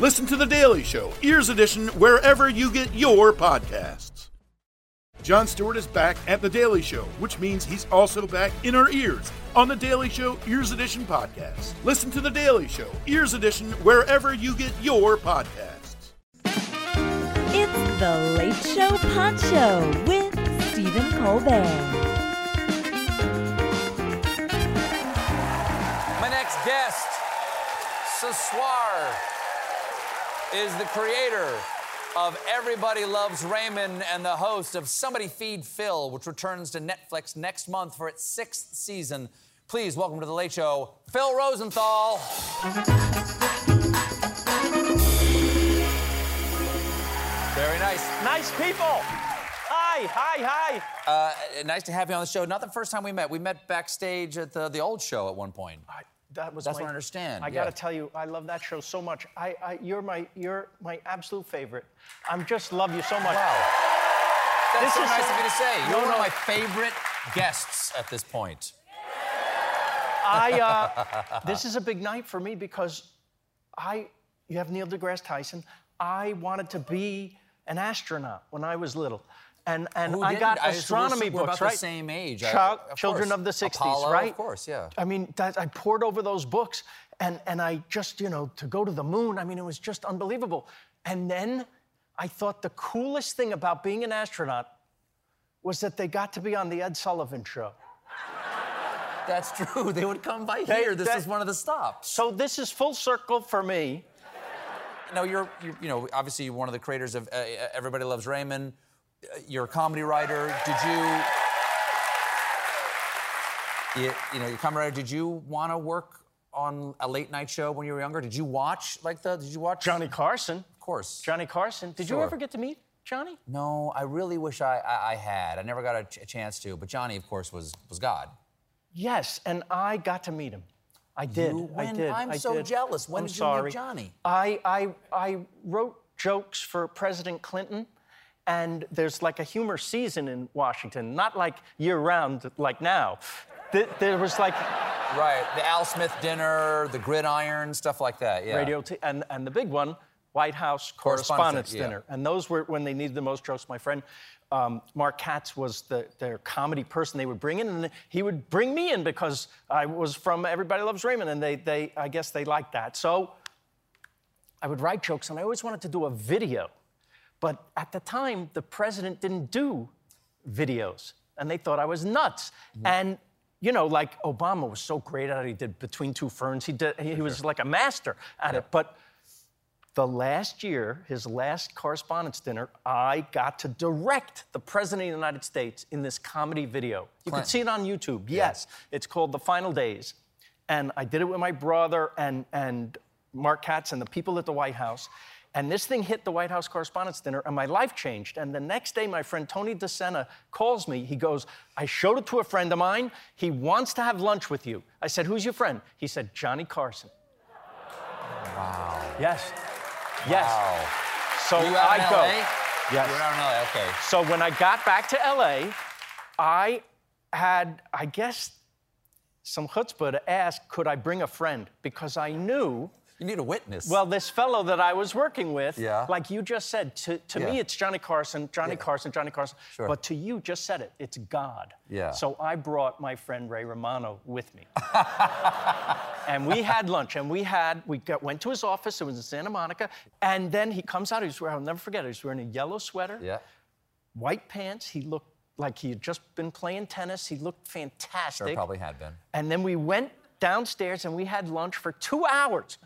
Listen to The Daily Show, Ears Edition, wherever you get your podcasts. John Stewart is back at The Daily Show, which means he's also back in our ears on The Daily Show Ears Edition podcast. Listen to The Daily Show, Ears Edition, wherever you get your podcasts. It's the Late Show Pod Show with Stephen Colbert. My next guest, Saswar, is the creator of Everybody Loves Raymond and the host of Somebody Feed Phil, which returns to Netflix next month for its sixth season. Please welcome to The Late Show, Phil Rosenthal. Very nice. Nice people. Hi, hi, hi. Uh, Nice to have you on the show. Not the first time we met. We met backstage at the, the old show at one point. I- that was That's my- what I understand, I yeah. gotta tell you, I love that show so much. I, I you're my you're my absolute favorite. I'm just love you so much. Wow. That's This so is nice so- of you to say. You're No, one of no. my favorite guests at this point. I uh, this is a big night for me because I you have Neil deGrasse Tyson. I wanted to be an astronaut when I was little. And and Who I didn't? got I- so we're- astronomy we're books, about the right? same age. I- Child, of children course. of the 60s, Apollo, of right? course, yeah. I mean, that, I poured over those books and, and I just, you know, to go to the moon, I mean, it was just unbelievable. And then I thought the coolest thing about being an astronaut was that they got to be on the Ed Sullivan show. That's true. They would come by They- here. This that- is one of the stops. So this is full circle for me. Now you're, you you know, obviously you're one of the creators of uh, uh, Everybody Loves Raymond. Uh, You're a comedy writer. Did you, you, you know, you're a comedy writer. Did you want to work on a late night show when you were younger? Did you watch like the? Did you watch Johnny Carson. Of course. Johnny Carson. Did you Sure. ever get to meet Johnny? No, I really wish I, I, I had. I never got a, ch- a chance to. But Johnny, of course, was was God. Yes, and I got to meet him. I did. You- I when- did. I'm I so did. jealous. When I'm did you meet sorry. Johnny? I, I, I wrote jokes for President Clinton, and there's like a humor season in Washington, not like year round like now. Th- There was like Right. The Al Smith dinner, the gridiron, stuff like that. Yeah. radio, t- and, and the big one, White House Correspondents' Correspondents' Dinner, Dinner. And those were when they needed the most jokes. My friend um, Mark Katz was the, their comedy person they would bring in, and he would bring me in because I was from Everybody Loves Raymond, and they, they I guess they liked that. So I would write jokes, and I always wanted to do a video. But at the time, the president didn't do videos, and they thought I was nuts. And you know, like Obama was so great at it. He did Between Two Ferns. He did. He, he was like a master at it. But the last year, his last correspondence dinner, I got to direct the president of the United States in this comedy video. You Clinton. can see it on YouTube. Yes, it's called The Final Days, and I did it with my brother and and Mark Katz and the people at the White House. And this thing hit the White House Correspondents' Dinner, and my life changed. And the next day, my friend Tony DeSena calls me. He goes, I showed it to a friend of mine. He wants to have lunch with you. I said, Who's your friend? He said, Johnny Carson. Wow. Yes. Yes. Wow. So You out I in go. LA? Yes. You're out in LA. Okay. So when I got back to LA, I had, I guess, some chutzpah to ask, could I bring a friend? Because I knew, You need a witness. well, this fellow that I was working with, Yeah. like you just said, to, to me Yeah. it's Johnny Carson, Johnny Yeah. Carson, Johnny Carson. Sure. But to you just said it, it's God. Yeah. So I brought my friend Ray Romano with me. and we had lunch and we had we got, went to his office it was in santa monica and then he comes out he's wearing i'll never forget it he's wearing a yellow sweater Yeah. white pants he looked like he had just been playing tennis he looked fantastic Sure, probably had been. and then we went downstairs and we had lunch for two hours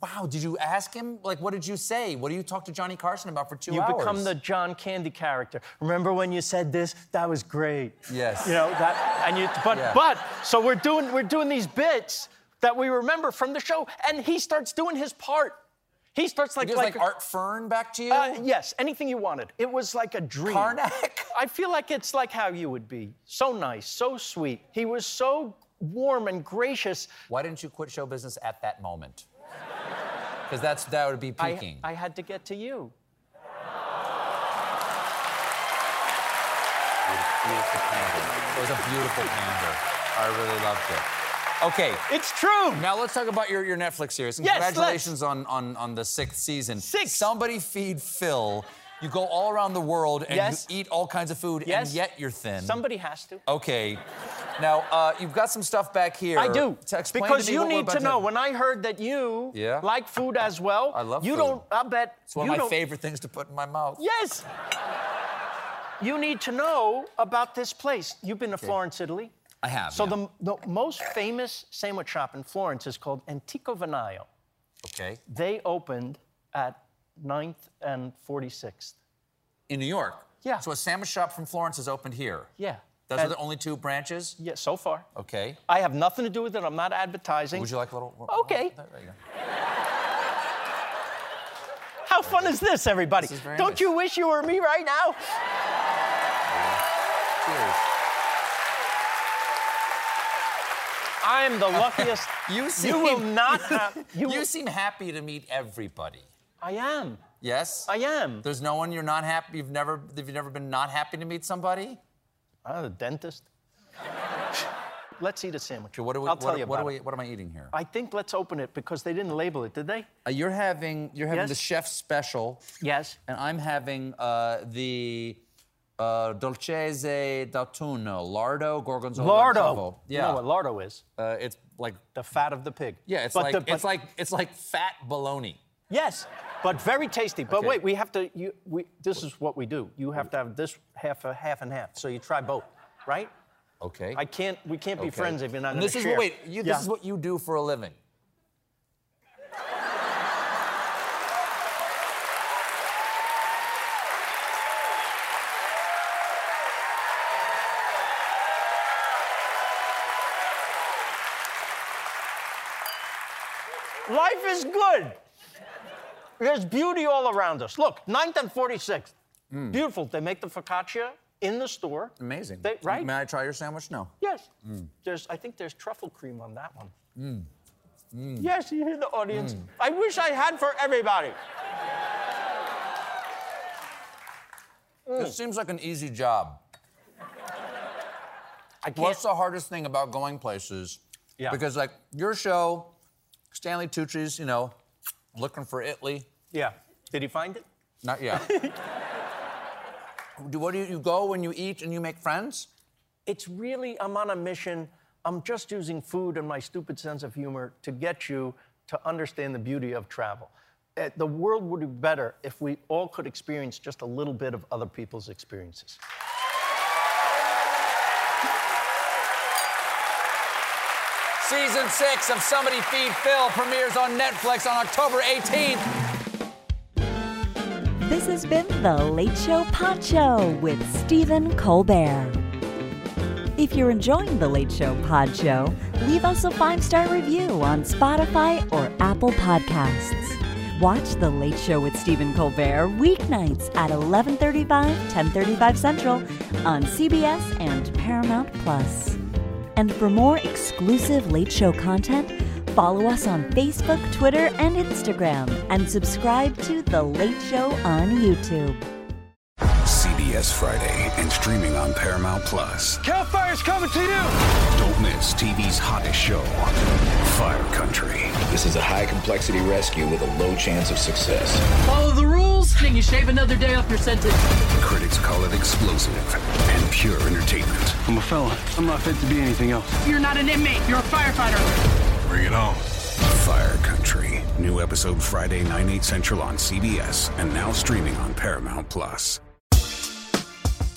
Wow. Did you ask him? Like, what did you say? What do you talk to Johnny Carson about for two you hours? become the john candy character remember when you said this that was great Yes. you know that and you but Yeah. but so we're doing we're doing these bits that we remember from the show and he starts doing his part He starts like He was like, Art Fern back to you? Uh, yes, anything you wanted. It was like a dream. Karnak? I feel like it's like how you would be. So nice, so sweet. He was so warm and gracious. Why didn't you quit show business at that moment? Because that's that would be I, peaking. I had to get to you. beautiful candor. It was a beautiful candor. I really loved it. Okay, It's true. now let's talk about your, your Netflix series. And Yes, let's. Congratulations on, on, on the sixth season. Six. Somebody feed Phil. You go all around the world and Yes. you eat all kinds of food, Yes. and yet you're thin. Somebody has to. Okay. Now uh, you've got some stuff back here. I do. To explain because to me you what we're need about to know. When I heard that you Yeah. like food as well, I love you food. don't. I bet It's one you of my don't, favorite things to put in my mouth. Yes. you need to know about this place. You've been to Florence, Italy. I have. So yeah. the, the most famous sandwich shop in Florence is called Antico Venaio. okay They opened at 9th and 46th. in New York. Yeah. So a sandwich shop from Florence has opened here. Yeah. Those are And- the only two branches. Yeah, so far. Okay. I have nothing to do with it. I'm not advertising. Would you like a little? Okay. There you go. How fun is this, everybody? This is very Don't nice. you wish you were me right now? Cheers. I'm the luckiest. You seem. you will not have. You, you seem happy to meet everybody. I am. Yes. I am. There's no one you're not happy. You've never. You've never been not happy to meet somebody. I'm a dentist. let's eat a sandwich. Okay, what do we? I'll what, tell you what, about do we- it. what am I eating here? I think let's open it because they didn't label it, did they? Uh, you're having. You're having Yes? the chef's special. Yes. and I'm having uh, the uh, Dolcezze d'Autunno, Lardo Gorgonzola. and Lardo. Provo. Oh, You Yeah, know what lardo is? uh, it's like The fat of the pig. yeah, it's But like the- but- it's like it's like fat bologna. Yes, but very tasty. But Okay. wait, we have to. You, we, this is what we do. You have to have this half a half and half. So you try both, right? Okay. I can't. We can't be Okay. friends if you're not. And gonna this is share. what, wait. You, Yeah. This is what you do for a living. Life is good. There's beauty all around us. Look, 9th and 46th. Beautiful. They make the focaccia in the store. Amazing. They, right? May I try your sandwich? No. Yes. There's, I think there's truffle cream on that one. Yes, you hear the audience. I wish I had for everybody. This Hmm. seems like an easy job. I can't. What's the hardest thing about going places? Yeah. Because like your show, Stanley Tucci's, you know, looking for Italy. yeah. Did he find it? Not yet. do, what do you, you go when you eat and you make friends? It's really, I'm on a mission. I'm just using food and my stupid sense of humor to get you to understand the beauty of travel. Uh, The world would be better if we all could experience just a little bit of other people's experiences. Season six of Somebody Feed Phil premieres on Netflix on October 18th. This has been The Late Show Pod Show with Stephen Colbert. If you're enjoying The Late Show Pod Show, leave us a five star review on Spotify or Apple Podcasts. Watch The Late Show with Stephen Colbert weeknights at 11:35, 10:35 Central on CBS and Paramount Plus. And for more exclusive Late Show content, follow us on Facebook, Twitter, and Instagram, and subscribe to The Late Show on YouTube. CBS Friday and streaming on Paramount Plus. Hellfire's coming to you! Don't miss TV's hottest show, Fire Country. This is a high complexity rescue with a low chance of success. Follow the rules, and you shave another day off your sentence. Critics call it explosive and pure entertainment. I'm a fella. I'm not fit to be anything else. You're not an inmate, you're a firefighter. Bring it on. Fire Country. New episode Friday, 9, 8 central on CBS and now streaming on Paramount Plus.